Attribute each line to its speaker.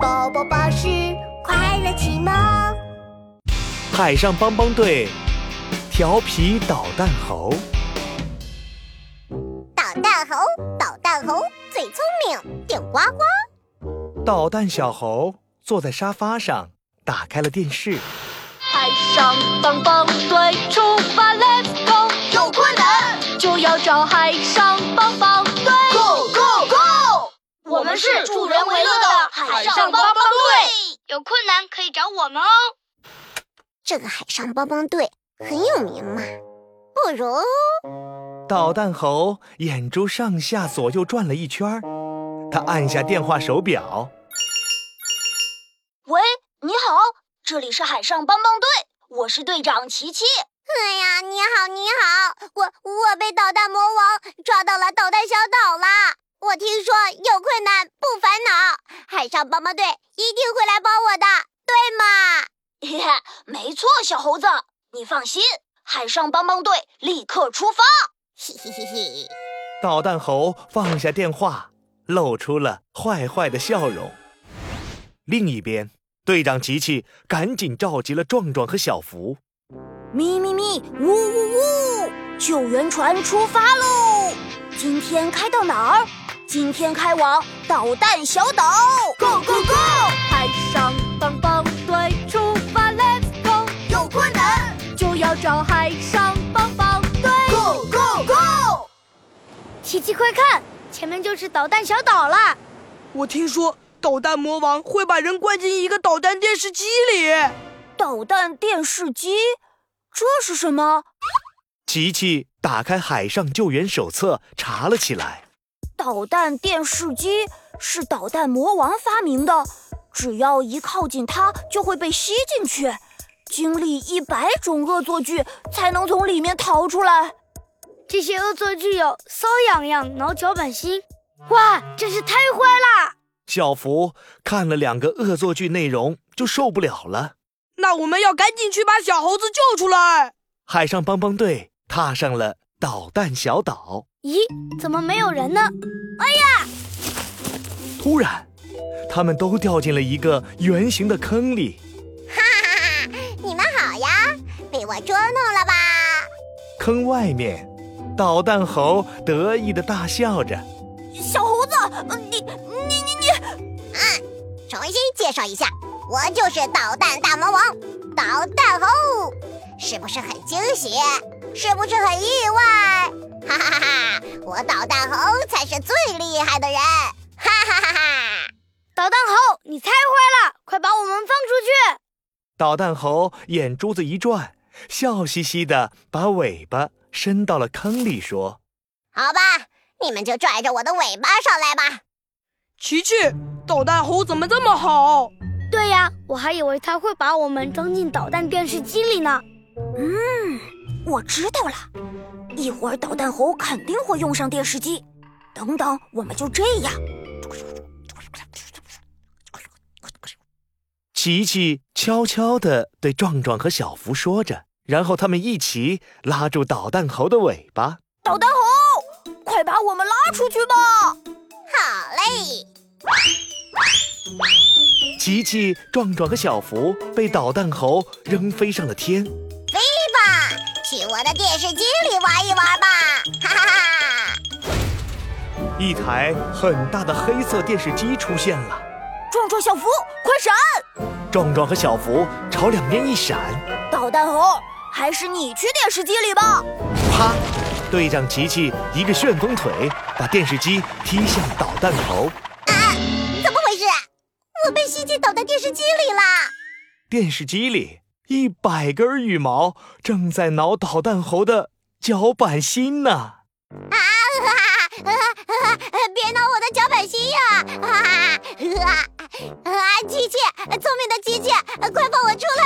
Speaker 1: 宝宝巴士快乐启蒙。
Speaker 2: 海上帮帮队，调皮捣蛋猴。
Speaker 1: 捣蛋猴，捣蛋猴最聪明，顶呱呱。
Speaker 2: 捣蛋小猴坐在沙发上，打开了电视。
Speaker 3: 海上帮帮队出发，Let's go！
Speaker 4: 有困难
Speaker 3: 就要找海上帮帮队。
Speaker 4: ，Go Go Go！
Speaker 3: 我们是助人为乐的海上帮帮队，有困难可以找我们哦。
Speaker 1: 这个海上帮帮队很有名嘛，不如
Speaker 2: 捣蛋猴眼珠上下左右转了一圈儿，他按下电话手表。
Speaker 3: 喂，你好，这里是海上帮帮队，我是队长琪琪。
Speaker 1: 哎呀，你好，你好，我我被捣蛋魔王抓到了捣蛋小岛啦！我听说有困难不烦恼，海上帮帮队一定会来帮我的，对吗？
Speaker 3: 嘿嘿， 没错，小猴子，你放心，海上帮帮队立刻 出发。
Speaker 1: 嘿嘿嘿嘿，
Speaker 2: 捣蛋猴放下电话，露出了坏坏的笑容。另一边，队长琪琪赶紧召集了壮壮和小福。
Speaker 3: 咪咪咪，呜呜呜！救援船出发喽！今天开到哪儿？今天开往导弹小岛。Go go go！海上帮帮队出发，Let's go！
Speaker 4: 有困难
Speaker 3: 就要找海上帮帮队。
Speaker 4: ，Go Go Go！
Speaker 3: 琪琪，快看，前面就是导弹小岛了。
Speaker 5: 我听说导弹魔王会把人关进一个导弹电视机里。
Speaker 3: 导弹电视机，这是什么？
Speaker 2: 琪琪打开海上救援手册查了起来。
Speaker 3: 导弹电视机是导弹魔王发明的，只要一靠近它，就会被吸进去，经历一百种恶作剧才能从里面逃出来。这些恶作剧有搔痒痒、挠脚板心，哇，真是太坏啦！
Speaker 2: 小福看了两个恶作剧内容就受不了了。
Speaker 5: 那我们要赶紧去把小猴子救出来。
Speaker 2: 海上帮帮队踏上了导弹小岛。
Speaker 3: 咦，怎么没有人呢？
Speaker 2: 突然，他们都掉进了一个圆形的坑里。
Speaker 1: 你们好呀，被我捉弄了吧？
Speaker 2: 坑外面，导弹猴得意的大笑着。
Speaker 3: 小猴子，呃你你你你，
Speaker 1: 嗯重新介绍一下，我就是捣蛋大魔王，捣蛋猴，是不是很惊喜？是不是很意外？哈哈哈哈！我捣蛋猴才是最厉害的人！哈哈哈哈！
Speaker 3: 导弹猴，你太坏了，快把我们放出去！
Speaker 2: 导弹猴眼珠子一转，笑嘻嘻的把尾巴伸到了坑里，说
Speaker 1: 好吧，你们就拽着我的尾巴上来吧。
Speaker 5: 琪琪，导弹猴怎么这么好？
Speaker 6: 对呀，我还以为他会把我们装进导弹电视机里呢。
Speaker 3: 嗯我知道了，一会儿导弹猴肯定会用上电视机。等等，我们就这样。：“
Speaker 2: 琪琪悄悄地对壮壮和小福说着。”然后他们一起拉住导弹猴的尾巴。
Speaker 3: 导弹猴，快把我们拉出去吧！
Speaker 1: 好嘞，
Speaker 2: 琪琪、壮壮和小福被导弹猴扔飞上了天。
Speaker 1: 去我的电视机里玩一玩吧！哈哈哈哈！
Speaker 2: 一台很大的黑色电视机出现了，
Speaker 3: 壮壮、小福，快闪！
Speaker 2: 壮壮和小福朝两边一闪，
Speaker 3: 导弹猴，哦还是你去电视机里吧。
Speaker 2: 啪！队长琪琪一个旋风腿把电视机踢向导弹猴，
Speaker 1: 怎么回事？我被吸进导弹电视机里了！
Speaker 2: 电视机里一百根羽毛正在挠导弹猴的脚板心呢。
Speaker 1: 啊啊啊啊！别挠我的脚板心呀！啊啊啊啊！机器，聪明的机器，快放我出来啊啊